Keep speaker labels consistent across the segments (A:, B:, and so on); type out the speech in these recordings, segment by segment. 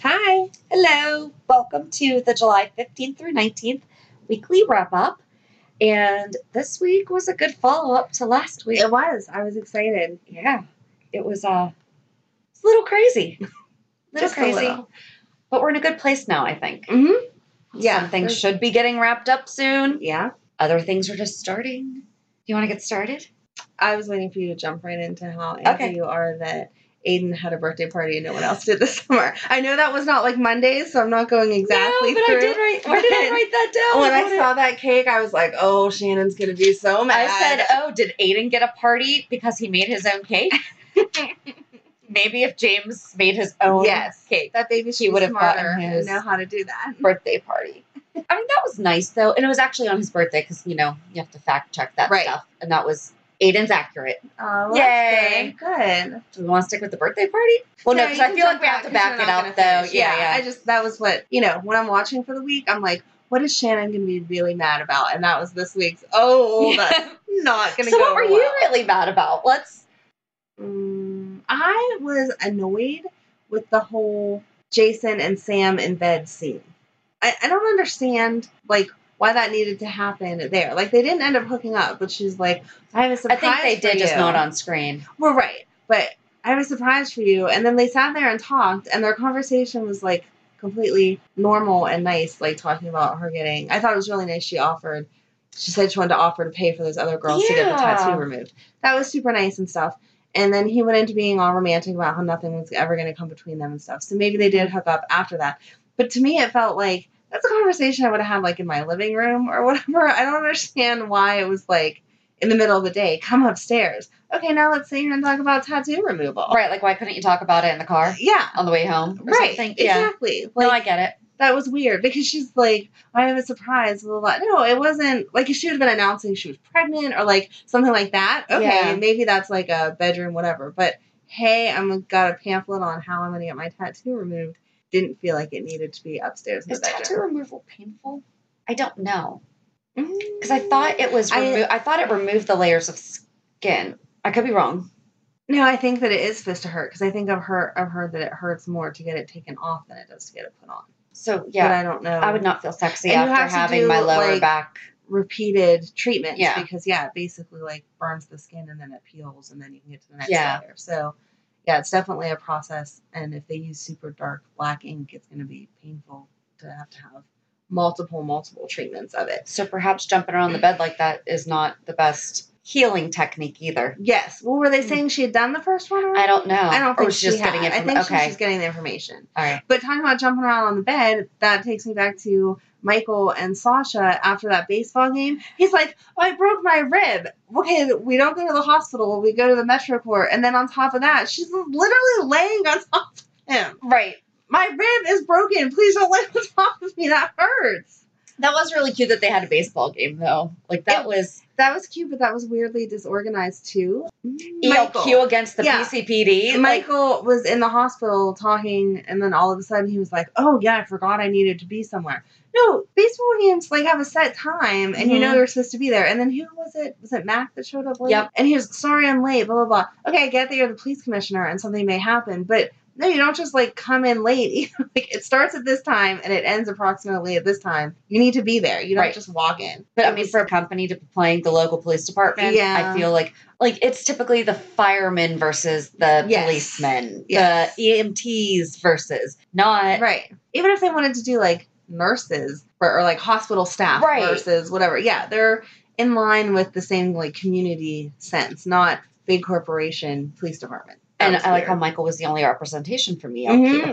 A: Hi, hello, welcome to the July 15th through 19th weekly wrap up. And this week was a good follow up to last week.
B: It was. I was excited.
A: yeah, it was uh, it's a little crazy, little
B: Just a
A: crazy,
B: little.
A: but we're in a good place now. I think.
B: Mm-hmm. Yeah.
A: Some things should be getting wrapped up soon.
B: Yeah.
A: Other things are just starting. You want to get started?
B: I was waiting for you to jump right into how angry
A: Okay.
B: you are that Aiden had a birthday party and no one else did this summer. I know that was not like Mondays, so I'm not going exactly
A: no, but
B: through.
A: I did write. Where did I
B: But
A: write that down?
B: When Oh, I
A: What
B: saw that cake, I was like, "Oh, Shannon's gonna be so
A: I
B: mad."
A: said, "Oh, did Aiden get a party because he made his own cake?" Maybe if James made his own
B: Yes.
A: cake
B: that baby
A: she
B: should
A: would
B: be
A: have gotten
B: smarter and
A: his-
B: know how to do that."
A: birthday party. I mean, that was nice though, and it was actually on his birthday because you know you have to fact check that
B: Right.
A: stuff, and that was Aiden's accurate.
B: Oh,
A: Yay.
B: Good. good.
A: Do we want to stick with the birthday party? Well, no,
B: Yeah,
A: because
B: you
A: I
B: can
A: feel like
B: jump
A: we have to
B: back 'cause
A: back
B: you're
A: it
B: not
A: up, though.
B: gonna finish.
A: Yeah, yeah.
B: I just that was what you know when I'm watching for the week. I'm like, what is Shannon gonna be really mad about? And that was this week's. Oh, that's not gonna.
A: so
B: go
A: what were you really mad about? Let's.
B: well. Mm, I was annoyed with the whole Jason and Sam in bed scene. I, I don't understand like why that needed to happen there. Like they didn't end up hooking up, but she's like, I have a
A: I
B: surprise.
A: think they
B: for
A: did, just
B: you.
A: not on screen.
B: Well, right. But I have a surprise for you. And then they sat there and talked, and their conversation was like completely normal and nice, like talking about her getting. I thought it was really nice. She offered, she said she wanted to offer to pay for those other girls to get the
A: Yeah.
B: tattoo removed. That was super nice and stuff. And then he went into being all romantic about how nothing was ever going to come between them and stuff. So maybe they did hook up after that. But to me, it felt like that's a conversation I would have had like in my living room or whatever. I don't understand why it was like in the middle of the day, come upstairs. Okay, now let's sit here and talk about tattoo removal.
A: Right, like why couldn't you talk about it in the car
B: Yeah.
A: on the way home? Or
B: Right.
A: Something? Yeah.
B: Exactly.
A: no,
B: Like
A: I get it.
B: that was weird because she's like, I have a surprise. Blah, blah, blah. No, it wasn't like if she would have been announcing she was pregnant or like something like that. Okay,
A: Yeah.
B: maybe that's like a bedroom, whatever. But hey, I'm got a pamphlet on how I'm gonna get my tattoo removed. Didn't feel like it needed to be upstairs in
A: Is
B: the bedroom.
A: tattoo removal painful? I don't know
B: Because
A: because I thought it was.
B: I-
A: Remo- I, thought it removed the layers of skin. I could be wrong.
B: no, I think that it is supposed to hurt because I think I've heard I've heard that it hurts more to get it taken off than it does to get it put on.
A: So
B: but
A: yeah,
B: I don't know.
A: I, would not feel sexy
B: Um, And you
A: after
B: have to
A: having
B: do,
A: my lower
B: like,
A: back.
B: repeated treatments
A: Yeah.
B: because yeah, it basically like burns the skin and then it peels and then you can get to the next
A: Yeah.
B: layer. So yeah, it's definitely a process and if they use super dark black ink, it's gonna be painful to have to have multiple, multiple treatments of it.
A: So perhaps jumping around the bed like that is not the best healing technique either.
B: Yes. Well, were they saying she had done the first one? Already?
A: Mm. I don't know.
B: I don't
A: Or
B: think
A: was she
B: she
A: just
B: had.
A: getting it
B: I
A: from-
B: think
A: okay.
B: she's just getting the information.
A: All right.
B: But talking about jumping around on the bed, that takes me back to Michael and Sasha after that baseball game. He's like, oh, I broke my rib. Okay, we don't go to the hospital. We go to the Metro Court. And then on top of that, she's literally laying on top of him.
A: Right.
B: My rib is broken. Please don't lay on top of me. That hurts.
A: That was really cute that they had a baseball game though. Like that
B: It-
A: was
B: That was cute, but that was weirdly disorganized too.
A: ELQ E against the
B: Yeah.
A: PCPD.
B: And
A: like-
B: Michael was in the hospital talking, and then all of a sudden he was like, "Oh yeah, I forgot I needed to be somewhere." No, baseball games like have a set time, and you know
A: Mhm.
B: you're supposed to be there. And then who was it? Was it Mac that showed up late?
A: Yep.
B: And he was sorry I'm late. Blah blah blah. Okay, I get that you're the police commissioner, and something may happen, but no, you don't just like come in late. like it starts at this time and it ends approximately at this time. You need to be there. You don't
A: Right.
B: just walk in.
A: But
B: It
A: I mean,
B: was-
A: for a company to be playing the local police department,
B: Yeah.
A: I feel like like it's typically the firemen versus the
B: Yes.
A: policemen,
B: Yes.
A: the EMTs versus not.
B: Right. Even if they wanted to do like nurses or, or like hospital staff
A: Right.
B: nurses, whatever. Yeah, they're in line with the same like community sense, not big corporation police department. That
A: And
B: was
A: I like how
B: weird.
A: Michael was the only representation from ELQ.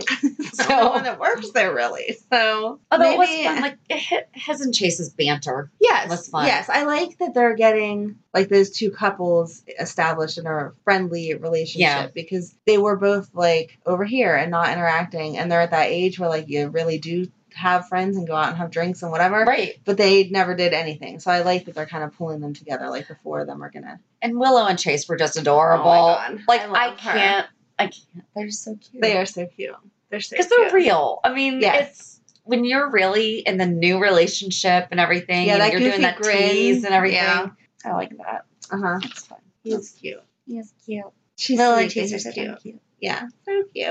B: Mhm. It's the
A: So- uh,
B: only one that works there really. So
A: Although it was
B: maybe-
A: fun, like it- his and Chase's banter.
B: Yes,
A: was fun.
B: yes, I like that they're getting like those two couples established in a friendly relationship
A: Yeah.
B: because they were both like over here and not interacting, and they're at that age where like you really do have friends and go out and have drinks and whatever.
A: Right.
B: But they never did anything, so I like that they're kind of pulling them together. Like the four of them are gonna.
A: And Willow and Chase were just adorable.
B: Oh God.
A: Like
B: I
A: I,
B: love her.
A: can't I can't they're just so cute.
B: They are so cute. They're so
A: because
B: cute.
A: they're real. I mean,
B: Yes.
A: it's when you're really in the new relationship and everything,
B: Yeah,
A: and
B: that
A: you're doing
B: goofy
A: that
B: grin.
A: tease and everything.
B: Yeah.
A: I like that.
B: Uh huh.
A: It's fun.
B: He's cute.
A: He is cute.
B: She's
A: Lil and
B: sweet,
A: Chase
B: but
A: are
B: he's
A: so damn cute.
B: Yeah, so cute.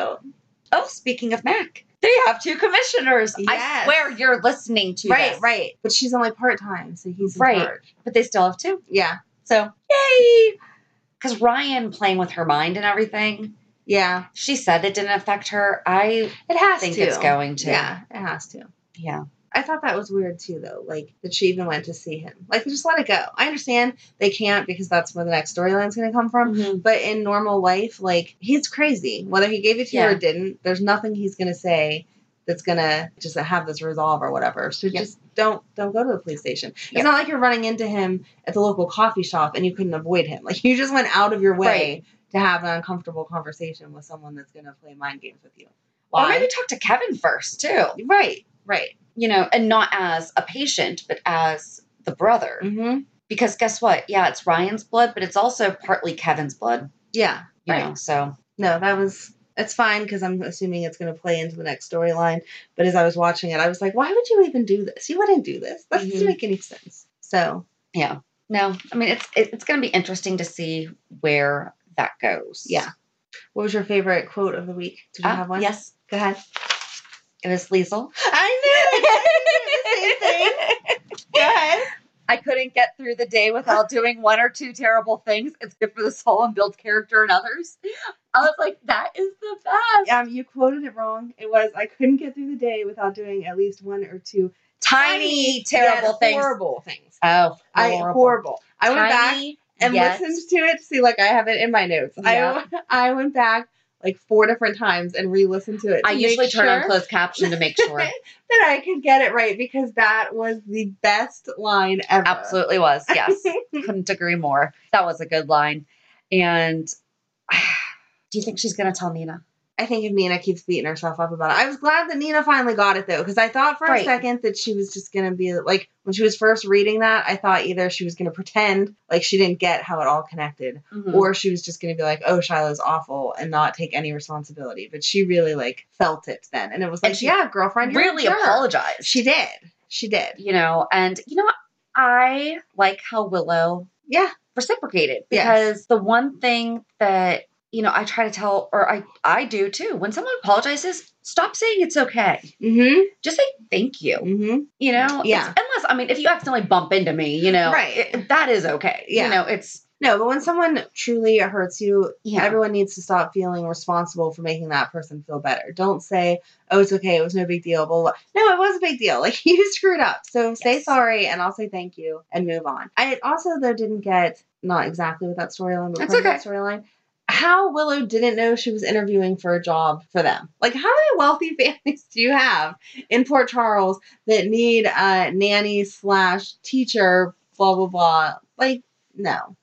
A: Oh, speaking of Mac, they have two commissioners. I
B: Yes.
A: swear you're listening to
B: Right,
A: this.
B: right. But she's only part time, so he's in
A: Right.
B: charge.
A: But they still have two.
B: Yeah,
A: So yay! Because Ryan playing with her mind and everything,
B: yeah.
A: she said it didn't affect her. I
B: It has
A: think
B: to.
A: it's going to.
B: Yeah, it has to.
A: Yeah.
B: I thought that was weird too, though. Like that she even went to see him. Like just let it go. I understand they can't because that's where the next storyline's going to come from.
A: Mhm.
B: But in normal life, like he's crazy. Whether he gave it to you
A: Yeah.
B: or didn't, there's nothing he's going to say that's going to just have this resolve or whatever. So
A: Yep.
B: just don't don't go to the police station. It's
A: Yep.
B: not like you're running into him at the local coffee shop and you couldn't avoid him. Like you just went out of your way to have an uncomfortable conversation with someone that's going to play mind games with you.
A: Or
B: Why?
A: maybe talk to Kevin first too.
B: Right, right.
A: you know, and not as a patient, but as the brother.
B: Mm-hmm.
A: Because guess what? Yeah, it's Ryan's blood, but it's also partly Kevin's blood.
B: Yeah.
A: You
B: Right.
A: know, so
B: No, that was it's fine because I'm assuming it's going to play into the next storyline. But as I was watching it, I was like, why would you even do this? You wouldn't do this. That doesn't
A: Mhm.
B: make any sense. So
A: yeah. No, I mean it's it- it's going to be interesting to see where that goes.
B: yeah. What was your favorite quote of the week? Did you
A: Ah,
B: have one?
A: Yes,
B: Go ahead.
A: it is Liesel.
B: I Go ahead.
A: I couldn't get through the day without doing one or two terrible things. It's good for the soul and builds character in others. I was like, that is the best.
B: Um, you quoted it wrong. It was I couldn't get through the day without doing at least one or two
A: Tiny, terrible
B: yet
A: things.
B: horrible things.
A: Oh,
B: I horrible. I went back
A: Tiny,
B: and
A: yet-
B: listened to it to see like I have it in my notes.
A: Yeah.
B: I I went back like four different times and re-listened to it. to
A: I usually
B: make
A: turn on
B: sure
A: closed caption to make sure.
B: that I could get it right because that was the best line ever.
A: Absolutely was. Yes. Couldn't agree more. That was a good line. And do you think she's going to tell Nina?
B: I think if Nina keeps beating herself up about it, I was glad that Nina finally got it though, because I thought for a
A: Right.
B: second that she was just gonna be like when she was first reading that, I thought either she was gonna pretend like she didn't get how it all connected,
A: Or
B: or she was just going to be like, "Oh, Shiloh's awful," and not take any responsibility. But she really like felt it then, and it was
A: And
B: like,
A: she
B: "Yeah, girlfriend, you're a
A: really
B: jerk."
A: apologized.
B: She did. She did.
A: you know, and you know what? I like how Willow
B: Yeah.
A: reciprocated because
B: Yes.
A: the one thing that you know, I try to tell, or I I do too. When someone apologizes, stop saying it's okay.
B: Mm-hmm.
A: Just say thank you.
B: Mm-hmm.
A: You know,
B: Yeah.
A: It's- unless I mean, if you accidentally bump into me, you know,
B: Right.
A: it- that is okay.
B: Yeah.
A: You know, it's
B: No, but when someone truly hurts you,
A: Yeah.
B: everyone needs to stop feeling responsible for making that person feel better. Don't say, "Oh, it's okay. It was no big deal." But no, it was a big deal. Like you screwed up. So say
A: Yes.
B: sorry, and I'll say thank you and move on. I also though didn't get not exactly with that storyline, but
A: That's
B: part of that
A: okay.
B: storyline. How Willow didn't know she was interviewing for a job for them. Like, how many wealthy families do you have in Port Charles that need a nanny slash teacher? Blah blah blah. Like, no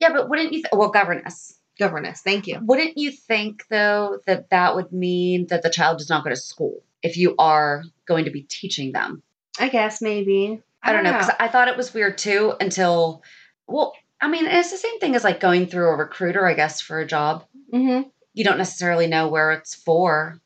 A: Yeah, but wouldn't you? Th- well, governess.
B: governess. Thank you.
A: Wouldn't you think though that that would mean that the child does not go to school if you are going to be teaching them?
B: I guess maybe.
A: I don't know
B: Ah.
A: because I thought it was weird too until, well, I mean, it's the same thing as like going through a recruiter, I guess, for a job.
B: Mm-hmm.
A: You don't necessarily know where it's for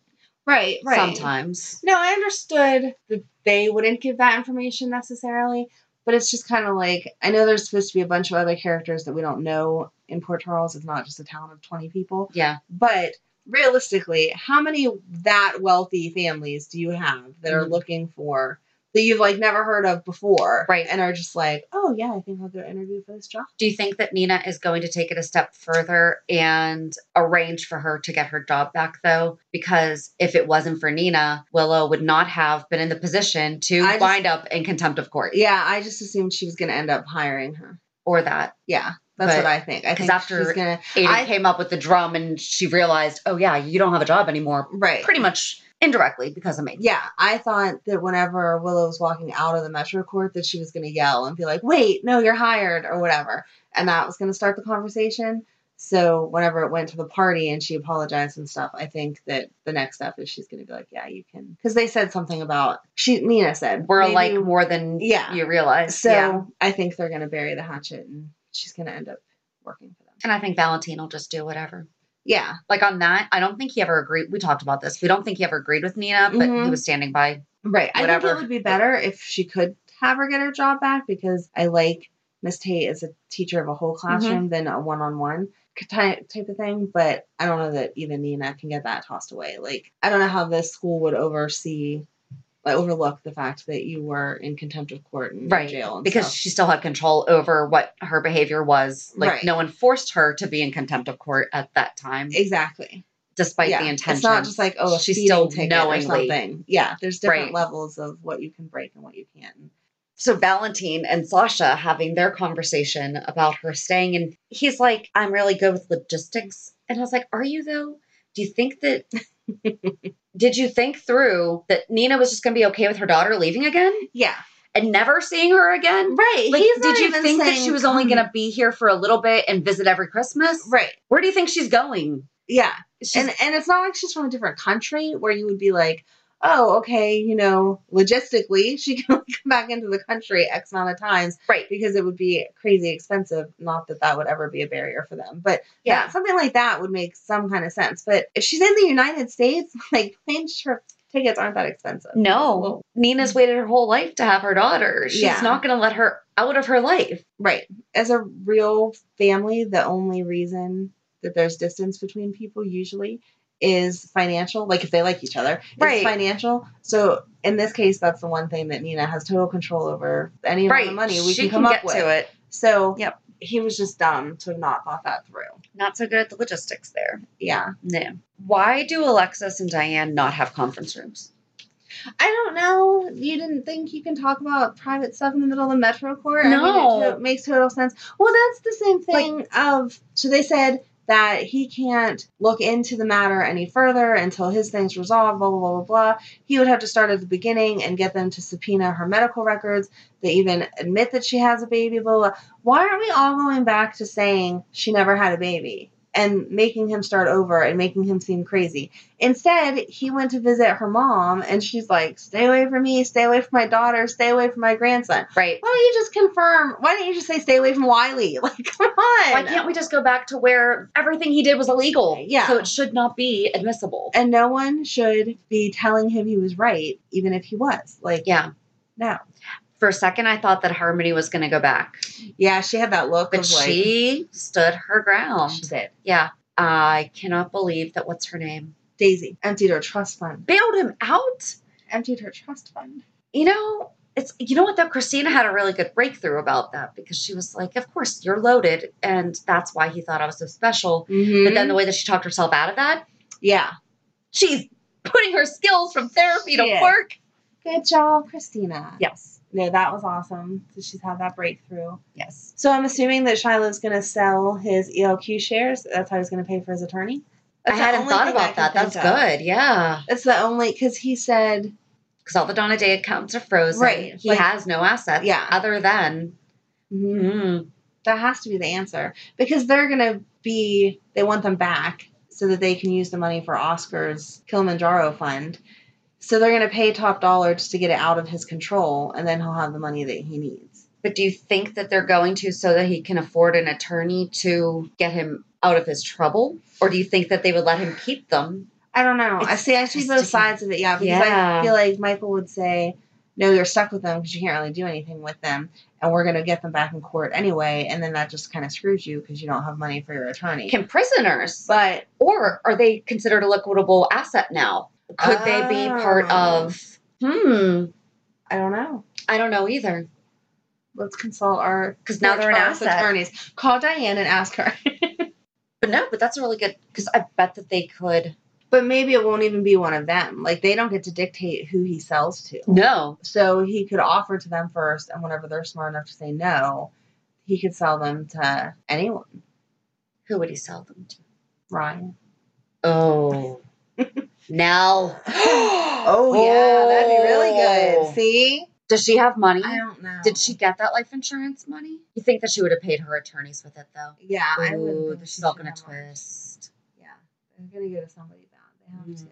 B: Right. Right.
A: sometimes.
B: No, I understood that they wouldn't give that information necessarily, but it's just kind of like I know there's supposed to be a bunch of other characters that we don't know in Port Charles. It's not just a town of twenty people,
A: Yeah.
B: but realistically, how many that wealthy families do you have that are
A: Mhm.
B: looking for? That you've like never heard of before,
A: Right.
B: And are just like, oh yeah, I think I'll go interview for this job.
A: Do you think that Nina is going to take it a step further and arrange for her to get her job back though? Because if it wasn't for Nina, Willow would not have been in the position to
B: I just-
A: wind up in contempt of court
B: Yeah, I just assumed she was going to end up hiring her.
A: or that.
B: Yeah, that's
A: But-
B: what I think. I
A: 'cause
B: think
A: after-
B: she's gonna
A: Aiden
B: I-
A: came up with the drum and she realized, oh yeah, you don't have a job anymore.
B: right.
A: Pretty much indirectly because of me.
B: yeah, I thought that whenever Willow was walking out of the Metro Court, that she was gonna yell and be like, "Wait, no, you're hired" or whatever, and that was gonna start the conversation. So whenever it went to the party and she apologized and stuff, I think that the next step is she's gonna be like, "Yeah, you can," because they said something about she Nina said
A: We're
B: maybe-
A: alike more than
B: Yeah.
A: you realize.
B: So
A: yeah.
B: I think they're gonna bury the hatchet and she's gonna end up working for them.
A: And I think Valentine will just do whatever.
B: Yeah,
A: Like on that, I don't think he ever agreed. We talked about this. We don't think he ever agreed with Nina, but
B: Mhm.
A: he was standing by.
B: Right. I
A: whatever.
B: think it would be better if she could have her get her job back because I like Miss Tate as a teacher of a whole
A: Mm-hmm.
B: classroom than a one on one type of thing. But I don't know that even Nina can get that tossed away. Like, I don't know how this school would oversee, like, overlook the fact that you were in contempt of court and in
A: Right,
B: jail. And
A: because
B: stuff.
A: she still had control over what her behavior was. Like
B: Right.
A: no one forced her to be in contempt of court at that time,
B: exactly.
A: despite
B: yeah.
A: the intention.
B: It's not just like, oh, a
A: She
B: speeding
A: still
B: ticket
A: knowingly-
B: or something. Yeah. There's different
A: Right.
B: levels of what you can break and what you can't.
A: so Valentine and Sasha having their conversation about her staying, and he's like, "I'm really good with logistics," and I was like, "Are you though? Do you think that?" Did you think through that Nina was just going to be okay with her daughter leaving again
B: Yeah.
A: and never seeing her again?
B: Right.
A: Like,
B: He's
A: did
B: not
A: you
B: even
A: think that
B: saying,
A: she was only
B: "Come."
A: going to be here for a little bit and visit every Christmas?
B: Right.
A: Where do you think she's going?
B: Yeah.
A: She's
B: and and it's not like she's from a different country where you would be like, oh, okay, you know, logistically she can only come back into the country X amount of times
A: right.
B: because it would be crazy expensive. Not that that would ever be a barrier for them, but yeah,
A: Yeah.
B: something like that would make some kind of sense. But if she's in the United States, like plane trip tickets aren't that expensive.
A: No.
B: Well,
A: Nina's waited her whole life to have her daughter. She's
B: Yeah.
A: not going to let her out of her life.
B: right. As a real family, the only reason that there's distance between people usually is financial. Like if they like each other,
A: Right.
B: It's financial. So in this case, that's the one thing that Nina has total control over. Any amount
A: Right.
B: of money we
A: she
B: can come
A: get
B: up with.
A: to it.
B: So
A: Yep.
B: he was just dumb to have not thought that through.
A: Not so good at the logistics there.
B: Yeah,
A: No. Why do Alexis and Diane not have conference rooms?
B: I don't know. You didn't think you can talk about private stuff in the middle of the metro court? I mean,
A: No.
B: it, to- makes total sense. Well, that's the same thing of so they said that he can't look into the matter any further until his thing's resolved. Blah blah blah blah blah. He would have to start at the beginning and get them to subpoena her medical records. They even admit that she has a baby. Blah blah. blah. Why aren't we all going back to saying she never had a baby? And making him start over and making him seem crazy. Instead, he went to visit her mom, and she's like, "Stay away from me. Stay away from my daughter. Stay away from my grandson."
A: Right.
B: Why don't you just confirm? Why don't you just say stay away from Wiley? Like, come on.
A: Why can't we just go back to where everything he did was illegal?
B: uh, Yeah.
A: So it should not be admissible.
B: And no one should be telling him he was right, even if he was. Like,
A: yeah.
B: no.
A: For a second, I thought that Harmony was going to go back,
B: Yeah, she had that look
A: but
B: of like,
A: she stood her ground.
B: she did.
A: Yeah. I cannot believe that what's her name?
B: Daisy emptied her trust fund.
A: Bailed him out?
B: Emptied her trust fund.
A: You know, it's you know what though christina had a really good breakthrough about that because she was like of course you're loaded and that's why he thought i was so special but then the way that she talked herself out of that
B: yeah.
A: she's putting her skills from therapy to
B: She is.
A: work
B: Good job, Christina.
A: yes
B: No, that was awesome. So she's had that breakthrough.
A: yes
B: So I'm assuming that Shiloh's going to sell his ELQ shares. That's how he's going to pay for his attorney. That's
A: i
B: the
A: hadn't
B: only
A: thought
B: thing I can
A: about that that's
B: think of.
A: good yeah
B: That's the only because he said
A: because all the Donna Day accounts are frozen.
B: Right,
A: He
B: like-
A: has no assets.
B: Yeah.
A: Other than
B: "Mhm,
A: mm,
B: that has to be the answer because they're going to be they want them back so that they can use the money for Oscar's Kilimanjaro fund. So they're going to pay top dollar just to get it out of his control, and then he'll have the money that he needs.
A: but do you think that they're going to so that he can afford an attorney to get him out of his trouble, or do you think that they would let him keep them?
B: I don't know. I
A: It's
B: see. I see both
A: interesting.
B: sides of it. Yeah, because
A: Yeah.
B: I feel like Michael would say, "No, you're stuck with them because you can't really do anything with them, and we're going to get them back in court anyway." And then that just kind of screws you because you don't have money for your attorney.
A: Can prisoners,
B: but
A: or are they considered a liquidable asset now? Could they be part
B: Oh.
A: of? Hmm.
B: I don't know.
A: I don't know either.
B: Let's consult our
A: 'Cause now they're
B: court
A: an
B: trials
A: asset.
B: attorneys. Call Diane and ask her.
A: But no, but that's a really good because I bet that they could.
B: but maybe it won't even be one of them. Like they don't get to dictate who he sells to.
A: No,
B: So he could offer to them first, and whenever they're smart enough to say no, he could sell them to anyone.
A: who would he sell them to?
B: Ryan.
A: Oh, now.
B: Oh yeah, that'd be really
A: Oh.
B: good. See?
A: Does she have money?
B: I don't know.
A: Did she get that life insurance money? You think that she would have paid her attorneys with it though?
B: Yeah, I
A: Ooh,
B: would.
A: this is all gonna twist.
B: Yeah, they're gonna go to somebody bad. They have
A: Mm.
B: to.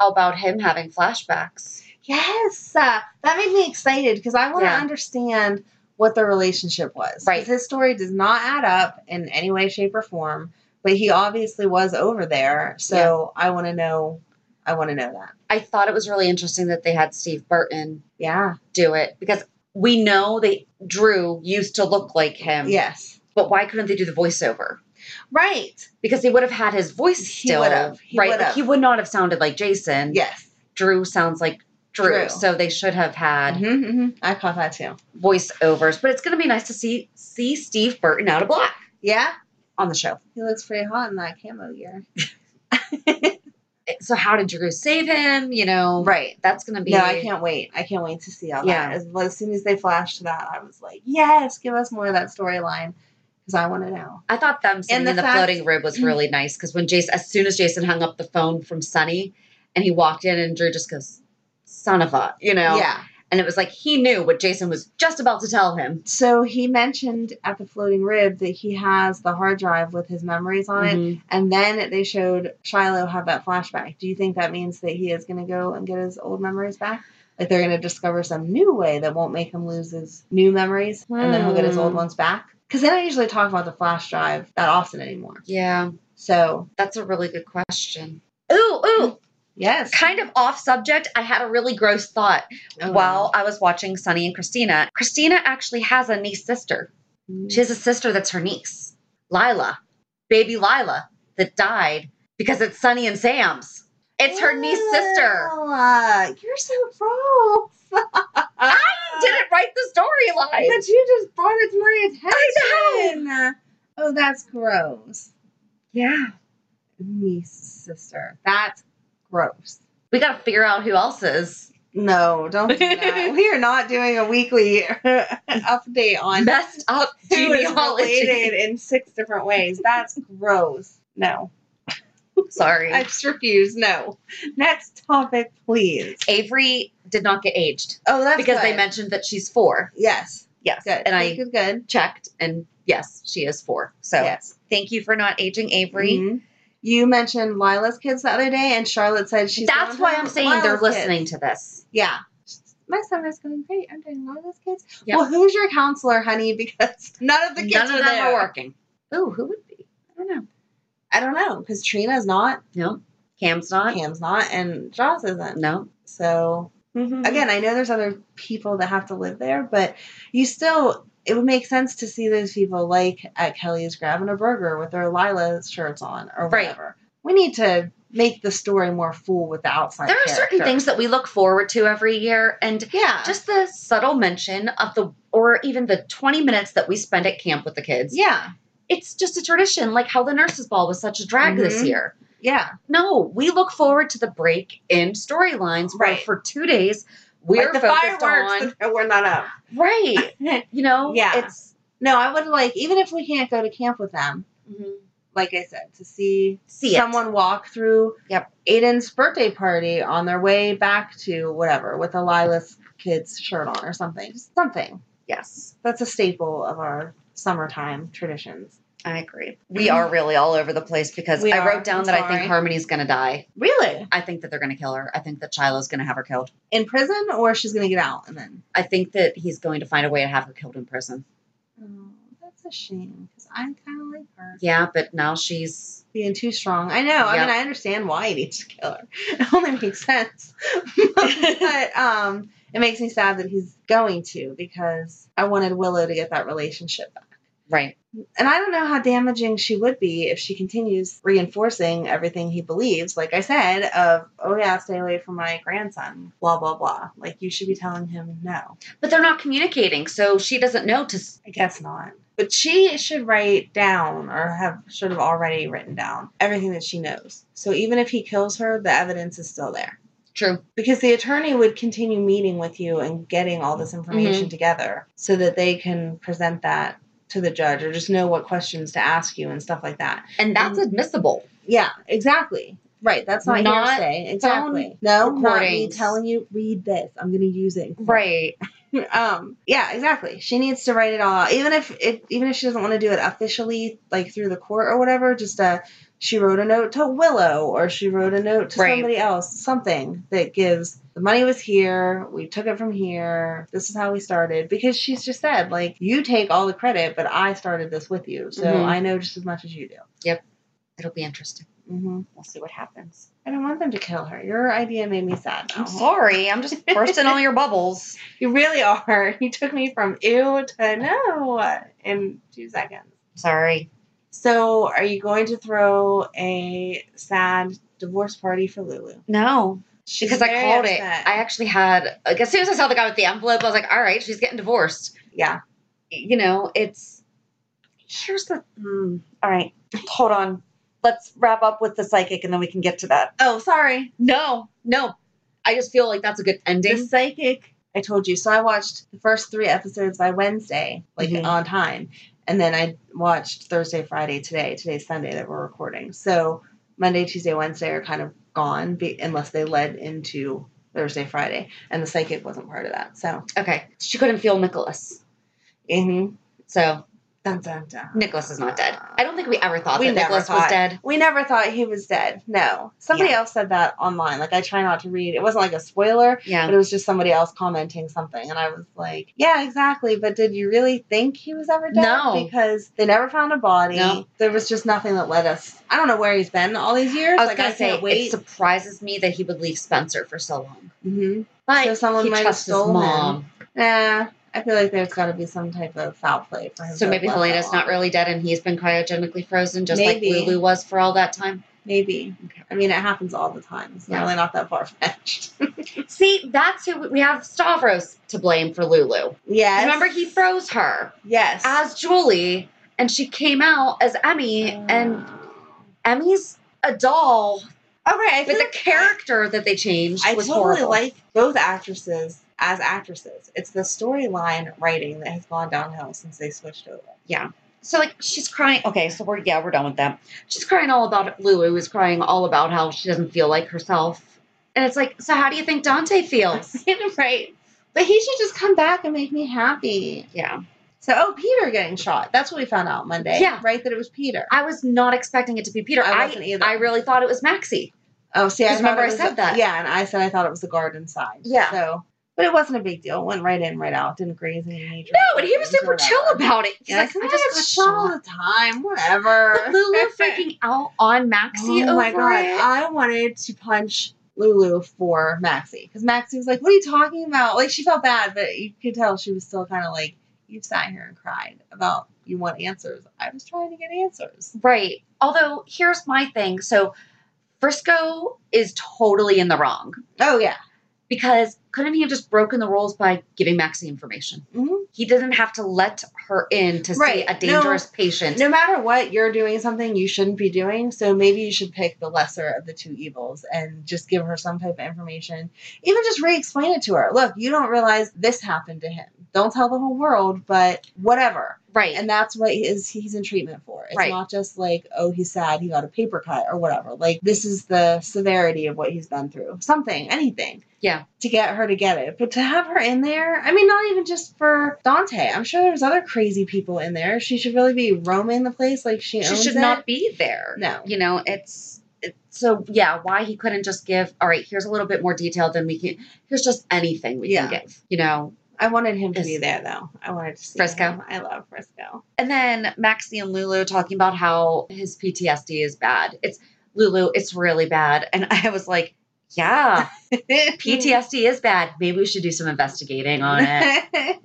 A: How about him having flashbacks?
B: Yes, uh, that made me excited because I want to
A: Yeah.
B: understand what their relationship was. 'Cause
A: Right.
B: his story does not add up in any way, shape, or form. But he obviously was over there, so I want to know. I want to know that.
A: I thought it was really interesting that they had Steve Burton
B: Yeah.
A: do it because we know they Drew used to look like
B: Um,
A: him.
B: Yes.
A: But why couldn't they do the voiceover?
B: Right.
A: Because they would have had his voice
B: He
A: still.
B: would've. He
A: right. Like,
B: would've.
A: he would not have sounded like Jason.
B: Yes.
A: Drew sounds like Drew.
B: Drew.
A: So they should have had
B: Mhm, mhm. I caught that too.
A: voiceovers, but it's going to be nice to see see Steve Burton out of black
B: Yeah.
A: on the show.
B: He looks pretty hot in that camo gear.
A: So how did Drew save him? You know,
B: Right.
A: That's going to be.
B: No, I can't wait. I can't wait to see all
A: Yeah.
B: that. As, as soon as they flashed that, I was like, yes, give us more of that storyline because I want to know.
A: I thought them sitting
B: the
A: in the
B: fact-
A: floating rib was really nice because when Jason, as soon as Jason hung up the phone from Sonny, and he walked in, and Drew just goes, "Son of a," you know.
B: Yeah.
A: And it was like he knew what Jason was just about to tell him.
B: So he mentioned at the floating rib that he has the hard drive with his memories on it.
A: Mhm.
B: And then they showed Shiloh have that flashback. Do you think that means that he is going to go and get his old memories back? Like they're going to discover some new way that won't make him lose his new memories and then he'll get his old
A: Hmm.
B: ones back? Because they don't usually talk about the flash drive that often anymore.
A: Yeah,
B: So,
A: that's a really good question. Ooh, ooh,
B: yes.
A: kind of off subject. I had a really gross thought. while I was watching Sunny and Christina, Christina actually has a niece sister. She has a sister that's her niece, Lila, baby Lila, that died because it's Sunny and Sam's. It's her niece sister.
B: Lila, You're so gross.
A: I didn't write the storyline.
B: But you just brought it to my
A: I
B: attention. Oh, that's gross.
A: Yeah.
B: Niece, sister. That's gross.
A: We got to figure out who else is.
B: No, don't do that. we are not doing a weekly update on
A: Messed up
B: who is
A: genealogy.
B: related in six different ways. That's gross. No.
A: Sorry.
B: I just refuse. No. Next topic, please.
A: Avery did not get aged
B: Oh, that's
A: because they
B: good.
A: mentioned that she's four.
B: Yes.
A: Yes.
B: Good.
A: And I
B: good, good.
A: checked, and yes, she is four. So
B: yes.
A: thank you for not aging Avery.
B: Mhm. You mentioned Lila's kids the other day, and Charlotte said she's.
A: That's
B: down
A: why
B: to
A: I'm saying
B: Lila's
A: they're
B: kids.
A: listening to this.
B: Yeah. My summer's going great. I'm doing Lila's kids.
A: Yeah.
B: Well, who's your counselor, honey? Because none of the kids
A: None of
B: were
A: them
B: there.
A: are working. Ooh, who would be? I don't know.
B: I don't know because Trina's not,
A: No, Cam's not.
B: Cam's not, and Joss isn't.
A: No.
B: So
A: Mm-hmm.
B: again, I know there's other people that have to live there, but you still. It would make sense to see those people like at Kelly's grabbing a burger with their Lila shirts on or
A: Right.
B: whatever. We need to make the story more full with the outside.
A: there are certain
B: character.
A: things that we look forward to every year and
B: Yeah.
A: just the subtle mention of the or even the 20 minutes that we spend at camp with the kids
B: yeah,
A: it's just a tradition like how the nurses ball was such a drag this
B: Mhm.
A: year
B: yeah.
A: no we look forward to the break in storylines where
B: Right.
A: for two days
B: like
A: we're
B: the
A: focused
B: fireworks
A: on
B: that were not up.
A: right you know
B: Yeah.
A: it's
B: No, I would like even if we can't go to camp with them, like I said, to see
A: see it.
B: someone walk through
A: Yep.
B: Aiden's birthday party on their way back to whatever with a Lila's kids shirt on or something. Just something.
A: yes
B: That's a staple of our summertime traditions.
A: i agree we are really all over the place because
B: Mm-hmm. We
A: i
B: are.
A: wrote down
B: I'm
A: that i
B: sorry.
A: think harmony's gonna die
B: Really?
A: i think that they're gonna kill her i think that shiloh's gonna have her killed
B: In prison or she's gonna get out and then
A: I think that he's going to find a way to have her killed in prison.
B: Oh, that's a shame because I kind of like her
A: Yeah, but now she's
B: being too strong. I know. I
A: Yeah.
B: mean, I understand why he needs to kill her. It only makes sense. but um, it makes me sad that he's going to because I wanted Willow to get that relationship back.
A: right.
B: And I don't know how damaging she would be if she continues reinforcing everything he believes. Like I said, of oh yeah, stay away from my grandson. Blah blah blah. Like you should be telling him no.
A: But they're not communicating, so she doesn't know to. s-
B: I guess not. But she should write down or have should have already written down everything that she knows. So even if he kills her, the evidence is still there.
A: True.
B: Because the attorney would continue meeting with you and getting all this
A: Mm-hmm.
B: information together so that they can present that to the judge or just know what questions to ask you and stuff like that.
A: And that's admissible.
B: Yeah, exactly. Right, that's not,
A: Not
B: hearsay. Exactly.
A: phone
B: No, not me
A: recordings.
B: telling you read this. I'm going to use it. in court
A: Right.
B: um yeah exactly she needs to write it all out even if it even if she doesn't want to do it officially like through the court or whatever just uh she wrote a note to willow or she wrote a note to
A: Right.
B: somebody else something that gives the money was here we took it from here this is how we started because she's just said like you take all the credit but i started this with you so
A: Mhm.
B: i know just as much as you do
A: It'll be interesting.
B: hmm
A: We'll see what happens.
B: i don't want them to kill her your idea made me sad Oh, now.
A: I'm sorry. I'm just bursting all your bubbles.
B: you really are you took me from ew to no in two seconds
A: Sorry.
B: So, are you going to throw a sad divorce party for Lulu?
A: No.
B: She's
A: Because I
B: very
A: called it.
B: upset.
A: I actually had. Like, as soon as I saw the guy with the envelope, I was like, all right, she's getting divorced.
B: yeah.
A: You know, it's. Here's the. Hmm. all right. Hold on. Let's wrap up with the psychic and then we can get to that.
B: Oh, sorry.
A: No, no. I just feel like that's a good ending.
B: The psychic. I told you. So I watched the first three episodes by Wednesday, like
A: Mhm.
B: on time, and then I watched Thursday, Friday, today. Today's Sunday that we're recording. So Monday, Tuesday, Wednesday are kind of gone be- unless they led into Thursday, Friday, and the psychic wasn't part of that. So,
A: okay. She couldn't feel Nicholas. Mm-hmm.
B: mhm.
A: So
B: dun dun dun.
A: Nicholas is not dead. I don't think we ever thought
B: We
A: that
B: never
A: Nicholas was
B: thought.
A: dead.
B: We never thought he was dead. No. Somebody
A: Yeah.
B: else said that online. Like, I try not to read. It wasn't like a spoiler, but
A: Yeah.
B: it was just somebody else commenting something. And I was like, yeah, exactly. But did you really think he was ever dead?
A: No.
B: Because they never found a body.
A: No.
B: There was just nothing that led us. I don't know where he's been all these years.
A: I was
B: like,
A: gonna
B: I
A: say
B: can't wait.
A: it surprises me that he would leave Spencer for so long.
B: hmm
A: But
B: So someone
A: he
B: might have
A: trusts his
B: stolen
A: mom.
B: Nah. I feel like there's got to be some type of foul play for him.
A: So
B: to
A: maybe
B: have left that
A: Helena's not
B: long.
A: really dead and he's been cryogenically frozen just
B: Maybe.
A: like Lulu was for all that time.
B: Maybe. I mean, it happens all the time. It's
A: Yeah.
B: really not that far fetched.
A: See, that's who we have Stavros to blame for Lulu.
B: yes.
A: Remember he froze her
B: Yes.
A: as Julie and she came out as Emmy and Emmy's a doll
B: all right. I
A: with
B: feel
A: the
B: like
A: character that they changed.
B: I
A: was
B: totally
A: horrible.
B: like both actresses as actresses. It's the storyline writing that has gone downhill since they switched over.
A: So like she's crying. Okay, so we're yeah we're done with that. She's crying all about it. Lulu is crying all about how she doesn't feel like herself, and it's like so how do you think Dante feels?
B: right. But he should just come back and make me happy.
A: yeah,
B: So, oh, Peter getting shot. That's what we found out Monday.
A: Yeah.
B: Right? That it was Peter.
A: I was not expecting it to be Peter.
B: I wasn't either.
A: I really thought it was Maxie.
B: Oh, see, I
A: Because remember
B: thought it
A: I
B: was-
A: said that.
B: Yeah, and I said I thought it was the garden side.
A: Yeah.
B: So, but it wasn't a big deal. It went right in, right out. Didn't graze any major.
A: No, and he
B: injuries
A: was
B: or
A: super chill
B: whatever.
A: about it. He's
B: Yeah,
A: like,
B: I,
A: I
B: just
A: just got
B: shot all
A: shot.
B: the time. Whatever.
A: But Lulu freaking out on Maxie
B: oh
A: over
B: my god,
A: it.
B: I wanted to punch Lulu for Maxie because Maxie was like, "What are you talking about?" Like she felt bad, but you could tell she was still kind of like, "You sat here and cried about you want answers. I was trying to get answers."
A: Right. Although here's my thing. So Frisco is totally in the wrong
B: Oh yeah.
A: because couldn't he have just broken the rules by giving Maxie information?
B: Mhm.
A: He doesn't have to let her in to
B: Right.
A: see a dangerous patient.
B: No matter what, you're doing something you shouldn't be doing. So maybe you should pick the lesser of the two evils and just give her some type of information. Even just re explain it to her. Look, you don't realize this happened to him. Don't tell the whole world, but whatever.
A: Right.
B: And that's what he is he's in treatment for. It's
A: Right.
B: not just like, oh, he's sad, he got a paper cut or whatever. Like this is the severity of what he's been through. Something, anything.
A: Yeah.
B: To get her to get it. But to have her in there, I mean, not even just for Dante. I'm sure there's other crazy people in there. She should really be roaming the place like she,
A: she
B: owns
A: should
B: it.
A: not be there.
B: No.
A: You know, it's, it's so yeah, why he couldn't just give, all right, here's a little bit more detail than we can here's just anything we
B: Yeah.
A: can give. You know?
B: I wanted him to
A: Is-
B: be there though. I wanted to see
A: Frisco?
B: him. I love Frisco.
A: And then Maxie and Lulu talking about how his PTSD is bad. It's Lulu, it's really bad. And I was like, yeah, PTSD is bad. Maybe we should do some investigating on it.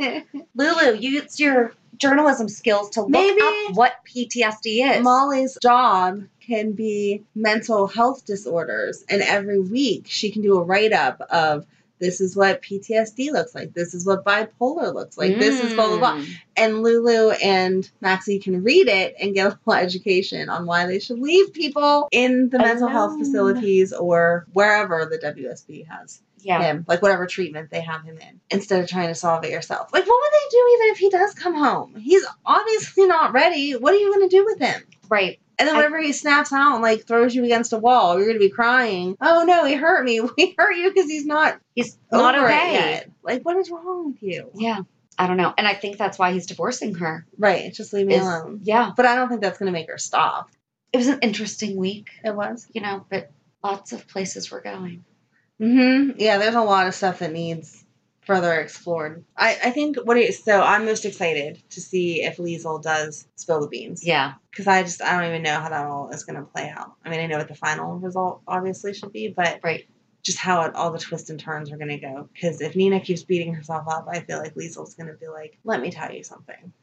A: Lulu, you use your journalism skills to look
B: Maybe-
A: up what PTSD is.
B: Molly's job can be mental health disorders, and every week she can do a write up of this is what PTSD looks like, this is what bipolar looks like, this is blah blah blah.
A: Mm.
B: And Lulu and Maxie can read it and get a little education on why they should leave people in the mental health
A: Alone.
B: facilities or wherever the WSB has
A: Yeah.
B: him, like whatever treatment they have him in, instead of trying to solve it yourself. Like, what would they do even if he does come home? He's obviously not ready. What are you going to do with him?
A: Right.
B: And then
A: I-
B: whenever he snaps out and like throws you against a wall, you're gonna be crying. Oh no, he hurt me. We hurt you because he's not
A: He's not
B: over
A: okay.
B: it yet. Like what is wrong with you?
A: Yeah. I don't know. And I think that's why he's divorcing her.
B: Right, just leave me
A: is-
B: alone.
A: Yeah.
B: But I don't think that's gonna make her stop.
A: It was an interesting week,
B: It was.
A: you know, but lots of places we're going.
B: Mm-hmm. Yeah, there's a lot of stuff that needs further explored. I I think what it, so I'm most excited to see if Liesel does spill the beans.
A: Yeah.
B: Because I just I don't even know how that all is gonna play out. I mean I know what the final result obviously should be, but
A: Right.
B: just how it, all the twists and turns are going to go. Because if Nina keeps beating herself up, I feel like Liesel's going to be like, let me tell you something.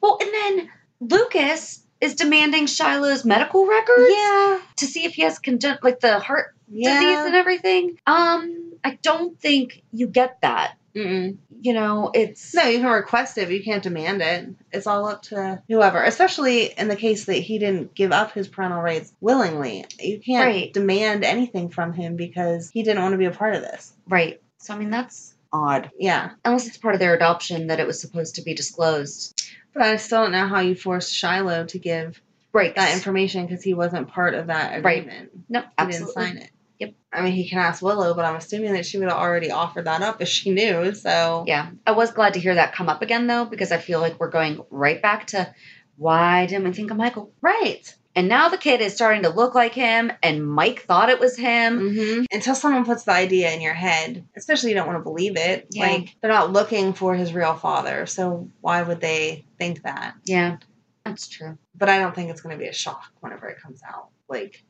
A: Well, and then Lucas is demanding Shiloh's medical records
B: Yeah.
A: to see if he has congen- like the heart disease
B: Yeah.
A: and everything. Um, I don't think you get that.
B: Mm-mm.
A: You know, it's
B: No, you can request it, but you can't demand it. It's all up to whoever, especially in the case that he didn't give up his parental rights willingly. You can't
A: Right.
B: demand anything from him because he didn't want to be a part of this.
A: Right. So, I mean, that's odd.
B: Yeah.
A: Unless it's part of their adoption that it was supposed to be disclosed.
B: But I still don't know how you forced Shiloh to give
A: Right.
B: that information because he wasn't part of that
A: Right.
B: agreement.
A: No,
B: He
A: absolutely.
B: didn't sign it.
A: Yep.
B: I mean, he can ask Willow, but I'm assuming that she would have already offered that up if she knew. So
A: Yeah. I was glad to hear that come up again, though, because I feel like we're going right back to why didn't we think of Michael?
B: right.
A: And now the kid is starting to look like him, and Mike thought it was him.
B: hmm Until someone puts the idea in your head, especially you don't want to believe it.
A: Yeah.
B: Like they're not looking for his real father, so why would they think that?
A: Yeah. That's true.
B: But I don't think it's going to be a shock whenever it comes out. Like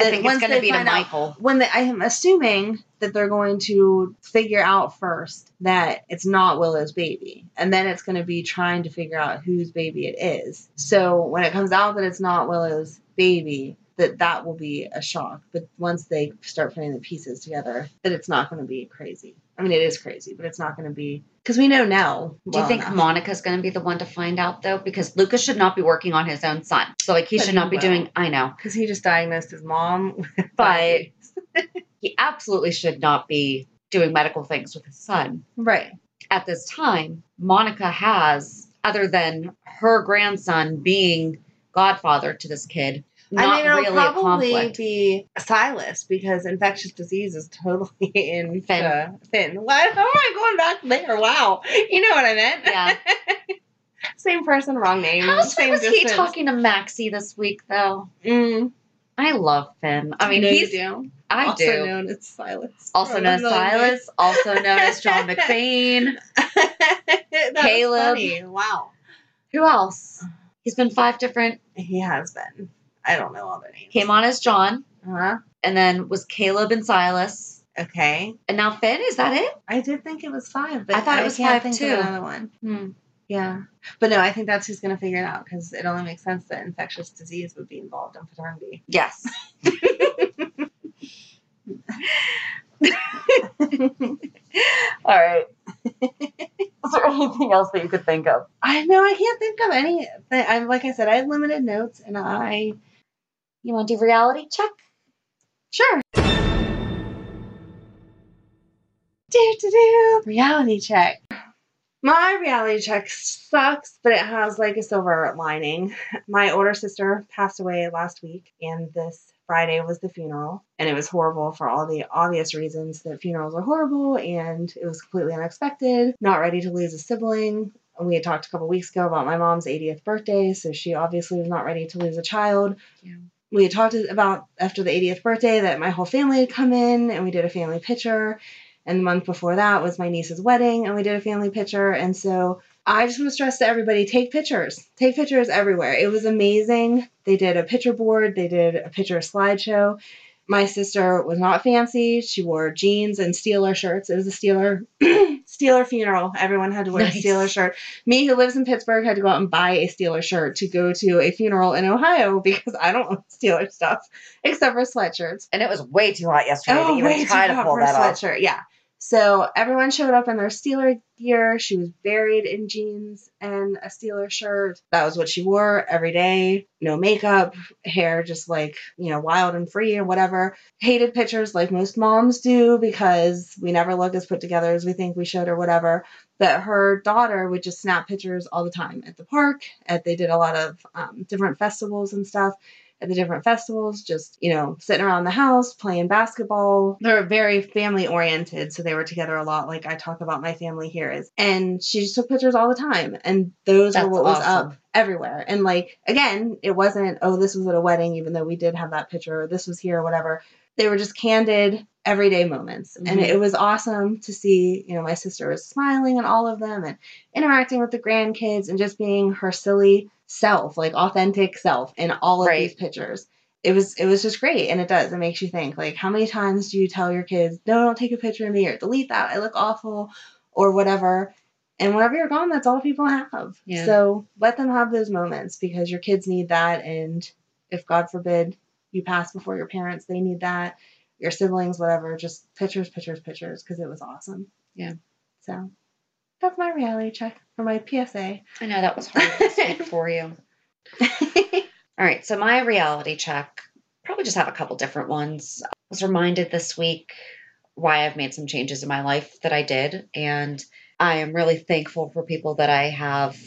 A: I think it's
B: once
A: going to
B: they
A: be to
B: find out-
A: Michael.
B: when they, I am assuming that they're going to figure out first that it's not Willow's baby, and then it's going to be trying to figure out whose baby it is. So when it comes out that it's not Willow's baby, that that will be a shock. But once they start putting the pieces together, that it's not going to be crazy. I mean, it is crazy, but it's not going to be because we know now.
A: Do you
B: well
A: think
B: enough.
A: Monica's going to be the one to find out, though? Because Lucas should not be working on his own son. So, like, he
B: But
A: should
B: he
A: not be
B: will.
A: doing, I know.
B: Because he just diagnosed his mom, with
A: But
B: diabetes.
A: he absolutely should not be doing medical things with his son.
B: right,
A: at this time, Monica has, other than her grandson being godfather to this kid, not
B: I mean, it'll
A: really a
B: probably
A: conflict.
B: be Silas because infectious disease is totally in
A: Finn.
B: uh, Finn. Why how am I going back there? Wow, you know what I meant.
A: yeah.
B: Same person, wrong name.
A: How sweet
B: same
A: was
B: distance.
A: he talking to Maxie this week, though?
B: Mm,
A: I love Finn. I mean,
B: know you
A: he's
B: do.
A: I
B: also
A: do.
B: known as Silas.
A: also known as Silas, also known as John McBain. Caleb.
B: Caleb. Wow,
A: Who else? He's been five different.
B: he has been. I don't know all their names.
A: Came on as John,
B: Huh?
A: and then was Caleb and Silas,
B: Okay.
A: and now Finn. Is that it?
B: I did think it was five, but
A: I
B: I
A: thought
B: thought
A: it was
B: can't
A: five,
B: think
A: too.
B: of another one.
A: Hmm.
B: Yeah. But no, I think that's who's going to figure it out because it only makes sense that infectious disease would be involved in paternity.
A: Yes. All right. Is there anything else that you could think of?
B: I know I can't think of any. but I'm like I said, I have limited notes, and I
A: You want to do reality check?
B: sure. Do do do reality check. My reality check sucks, but it has like a silver lining. My older sister passed away last week, and this Friday was the funeral, and it was horrible for all the obvious reasons that funerals are horrible, and it was completely unexpected. Not ready to lose a sibling, we had talked a couple weeks ago about my mom's 80th birthday, so she obviously was not ready to lose a child.
A: Yeah.
B: We had talked about after the 80th birthday that my whole family had come in and we did a family picture. And the month before that was my niece's wedding and we did a family picture. And so I just want to stress to everybody take pictures, take pictures everywhere. It was amazing. They did a picture board, they did a picture slideshow. My sister was not fancy. She wore jeans and Steeler shirts. It was a Steeler Steeler funeral. Everyone had to wear
A: Nice.
B: a Steeler shirt me who lives in Pittsburgh had to go out and buy a Steeler shirt to go to a funeral in Ohio because I don't own Steeler stuff except for sweatshirts.
A: And it was way too hot yesterday to even try to
B: Oh, hot
A: pull
B: for a
A: that off.
B: sweatshirt. Yeah. So everyone showed up in their Steeler gear. She was buried in jeans and a Steeler shirt. That was what she wore every day. No makeup, hair just like, you know, wild and free or whatever. Hated pictures like most moms do because we never look as put together as we think we should or whatever that her daughter would just snap pictures all the time at the park. At they did a lot of um, different festivals and stuff. At the different festivals, just you know, sitting around the house playing basketball. They're very family oriented, so they were together a lot. Like I talk about my family here is, and she just took pictures all the time, and those
A: That's
B: were what was
A: awesome.
B: up everywhere. And like again, it wasn't oh this was at a wedding, even though we did have that picture, or this was here, or whatever. They were just candid everyday moments, and
A: Mhm.
B: it was awesome to see. You know, my sister was smiling at all of them, and interacting with the grandkids and just being her silly self, like authentic self in all of
A: Right.
B: these pictures. It was it was just great and it does. It makes you think like how many times do you tell your kids, No, don't take a picture of me or delete that, I look awful or whatever. And whenever you're gone, that's all people have.
A: Yeah.
B: So let them have those moments because your kids need that and if God forbid you pass before your parents, they need that. Your siblings, whatever, just pictures, pictures, pictures, because it was awesome.
A: Yeah.
B: So that's my reality check or my PSA.
A: I know that was hard to speak for you. All right, so my reality check, probably just have a couple different ones. I was reminded this week why I've made some changes in my life that I did. And I am really thankful for people that I have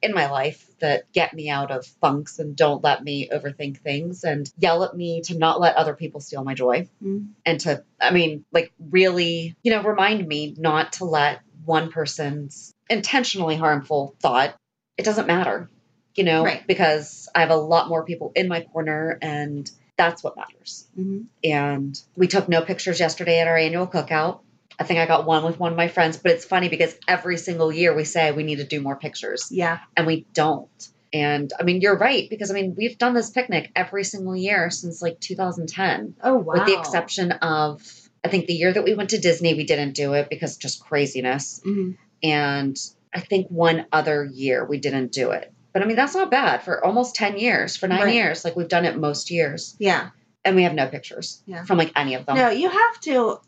A: in my life that get me out of funks and don't let me overthink things and yell at me to not let other people steal my joy
B: Mm.
A: and to i mean like really you know remind me not to let one person's intentionally harmful thought it doesn't matter you know
B: Right.
A: because i have a lot more people in my corner and that's what matters
B: Mhm.
A: and we took no pictures yesterday at our annual cookout i think i got one with one of my friends but it's funny because every single year we say we need to do more pictures
B: Yeah.
A: and we don't and i mean you're right because i mean we've done this picnic every single year since like 2010
B: Oh wow.
A: with the exception of I think the year that we went to Disney, we didn't do it because just craziness.
B: Mhm.
A: And I think one other year we didn't do it. But I mean, that's not bad for almost 10 years, for nine
B: Right.
A: years. Like we've done it most years.
B: Yeah.
A: And we have no pictures
B: Yeah.
A: from like any of them.
B: No, you have to.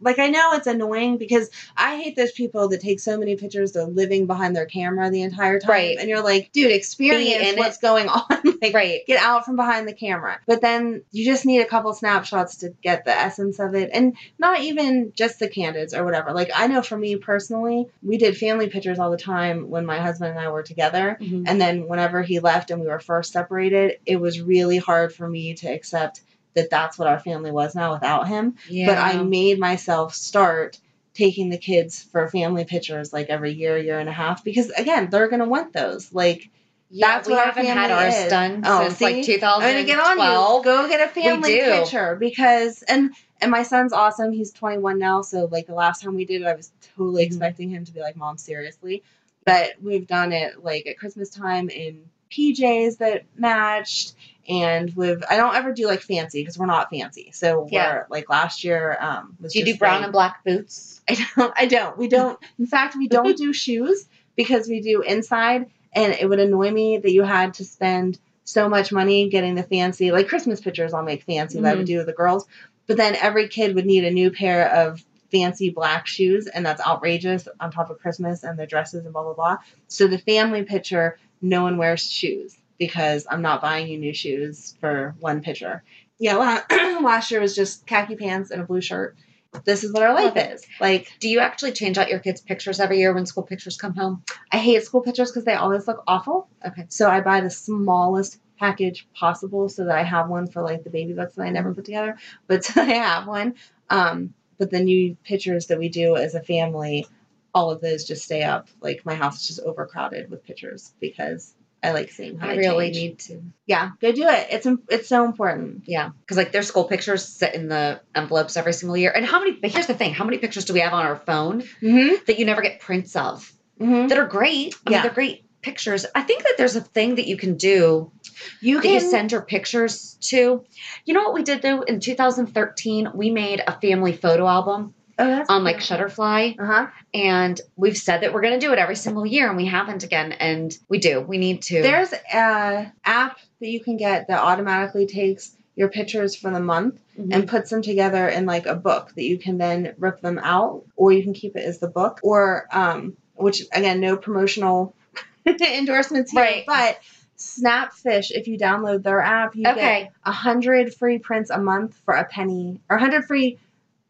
B: Like I know it's annoying because I hate those people that take so many pictures. They're living behind their camera the entire time,
A: Right.
B: and you're like, dude,
A: Be in
B: experience what's going on. like,
A: Right.
B: get out from behind the camera. But then you just need a couple snapshots to get the essence of it. And not even just the candids or whatever. Like I know for me personally, we did family pictures all the time when my husband and I were together.
A: Mhm.
B: And then whenever he left and we were first separated, it was really hard for me to accept that that's what our family was now without him.
A: Yeah.
B: But I made myself start taking the kids for family pictures like every year, year and a half because again, they're going to want those. Like
A: yeah,
B: that's
A: we
B: what our
A: haven't had
B: family
A: ours
B: is.
A: done
B: Oh,
A: since
B: see?
A: like
B: I'm
A: 2012.
B: gonna get on you. Go get a family
A: do.
B: picture because and and my son's awesome. He's 21 now, so like the last time we did it, I was totally
A: Mhm.
B: expecting him to be like, "Mom, seriously." But we've done it like at Christmas time in PJs that matched, and with I don't ever do like fancy because we're not fancy. So we're
A: Yeah.
B: like last year um, was
A: Do you do
B: just,
A: brown
B: like-
A: and black boots?
B: I don't. I don't. We don't. In fact, we don't do shoes because we do inside, and it would annoy me that you had to spend so much money getting the fancy, like Christmas pictures. I'll make fancy that I would do with the girls, but then every kid would need a new pair of fancy black shoes, and that's outrageous on top of Christmas and the dresses and blah blah blah. So the family picture, no one wears shoes because I'm not buying you new shoes for one picture. Yeah, last, last year was just khaki pants and a blue shirt. This is what our life
A: Love it.
B: is. Like
A: Do you actually change out your kids' pictures every year when school pictures come home?
B: I hate school pictures because they always look awful.
A: Okay.
B: So I buy the smallest package possible so that I have one for like the baby books that I never put together, but so I have one. Um, but the new pictures that we do as a family, all of those just stay up. Like my house is just overcrowded with pictures because I like seeing how
A: I
B: they
A: really
B: change.
A: need to.
B: Yeah, go do it. It's im- it's so important.
A: Yeah, because like their school pictures sit in the envelopes every single year. And how many? But here's the thing: how many pictures do we have on our phone
B: Mm-hmm.
A: that you never get prints of
B: Mm-hmm.
A: that are great? I
B: Yeah.
A: mean, they're great pictures. I think that there's a thing that you can do
B: You
A: that
B: can
A: you send your pictures to. You know what we did though? In 2013, we made a family photo album
B: oh, that's
A: on like Shutterfly,
B: uh huh.
A: and we've said that we're going to do it every single year, and we haven't again. And we do. We need to.
B: There's a app that you can get that automatically takes your pictures for the month
A: Mhm.
B: and puts them together in like a book that you can then rip them out or you can keep it as the book or um which again no promotional endorsements here
A: Right.
B: but snapfish if you download their app you get
A: okay.
B: a hundred free prints a month for a penny or a hundred free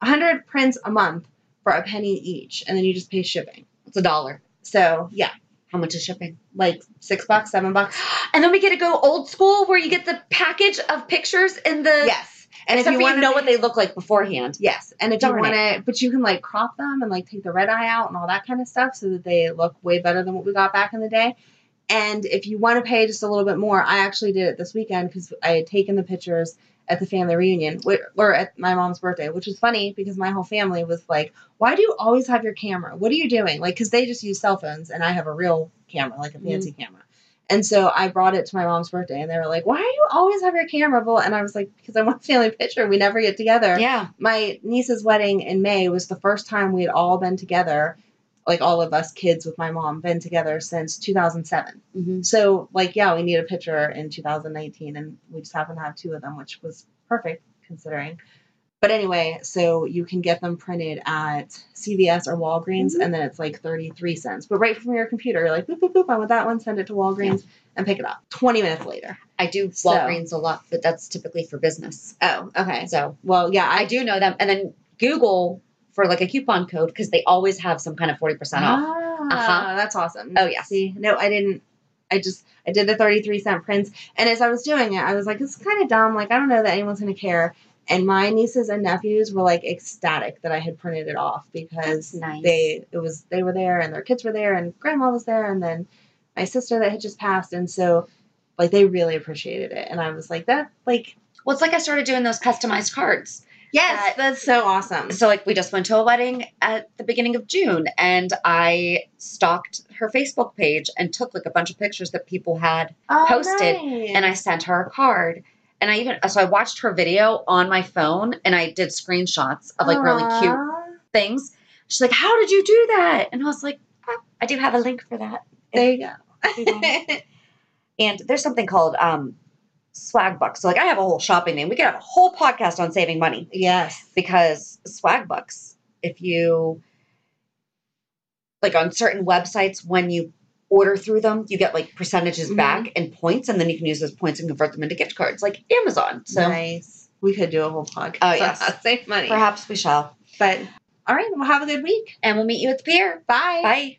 B: a hundred prints a month for a penny each and then you just pay shipping
A: It's a dollar.
B: so yeah
A: How much is shipping?
B: like six bucks seven bucks
A: And then we get to go old school where you get the package of pictures in the
B: yes
A: and
B: and if you want
A: to know what they look like beforehand.
B: Yes, and if
A: Darn
B: you want to, but you can like crop them and like take the red eye out and all that kind of stuff, so that they look way better than what we got back in the day. And if you want to pay just a little bit more, I actually did it this weekend because I had taken the pictures at the family reunion wh- or at my mom's birthday, which was funny because my whole family was like, "Why do you always have your camera? What are you doing?" Like, because they just use cell phones, and I have a real camera, like a fancy camera. And so I brought it to my mom's birthday, and they were like, "Why do you always have your camera?" Well, and I was like, "Because I want a family picture. We never get together."
A: Yeah.
B: my niece's wedding in May was the first time we had all been together, like all of us kids with my mom, been together since 2007.
A: Mhm.
B: So, like, yeah, we need a picture in 2019, and we just happened to have two of them, which was perfect considering. But anyway, so you can get them printed at CVS or Walgreens, and then it's like 33 cents. But right from your computer, you're like, boop, boop, boop, I want that one, send it to Walgreens, and pick it up 20 minutes later.
A: I do
B: So-
A: Walgreens a lot, but that's typically for business.
B: Oh, okay.
A: So
B: Well, yeah,
A: I do know them. And then Google for like a coupon code because they always have some kind of 40% off.
B: Ah,
A: Uh-huh.
B: that's awesome.
A: Oh, yes.
B: See, no, I didn't. I just I did the 33 cent prints, and as I was doing it, I was like, "It's kind of dumb. Like, I don't know that anyone's gonna care." And my nieces and nephews were like ecstatic that I had printed it off because
A: That's nice.
B: they it was they were there and their kids were there and grandma was there and then my sister that had just passed and so like they really appreciated it and I was like that like
A: Well, it's like I started doing those customized cards.
B: yes
A: That-
B: that's so awesome
A: So, like, we just went to a wedding at the beginning of June, and I stalked her Facebook page and took like a bunch of pictures that people had
B: Oh,
A: posted,
B: nice.
A: and I sent her a card. And I even so I watched her video on my phone and I did screenshots of like really cute
B: Aw.
A: things. She's like, "How did you do that?" And I was like, "Oh, "I do have a link for that."
B: There you
A: Mhm.
B: go.
A: And there's something called um, swag bucks. So like I have a whole shopping name. We could have a whole podcast on saving money
B: yes.
A: because swag bucks. If you like on certain websites, when you order through them, you get like percentages
B: Mhm.
A: back and points, and then you can use those points and convert them into gift cards, like Amazon. So
B: nice. We could do a whole podcast.
A: Oh, yes.
B: on how to save money.
A: perhaps we shall.
B: But all right, well, have a good week.
A: And we'll meet you at the pier.
B: Bye.
A: Bye.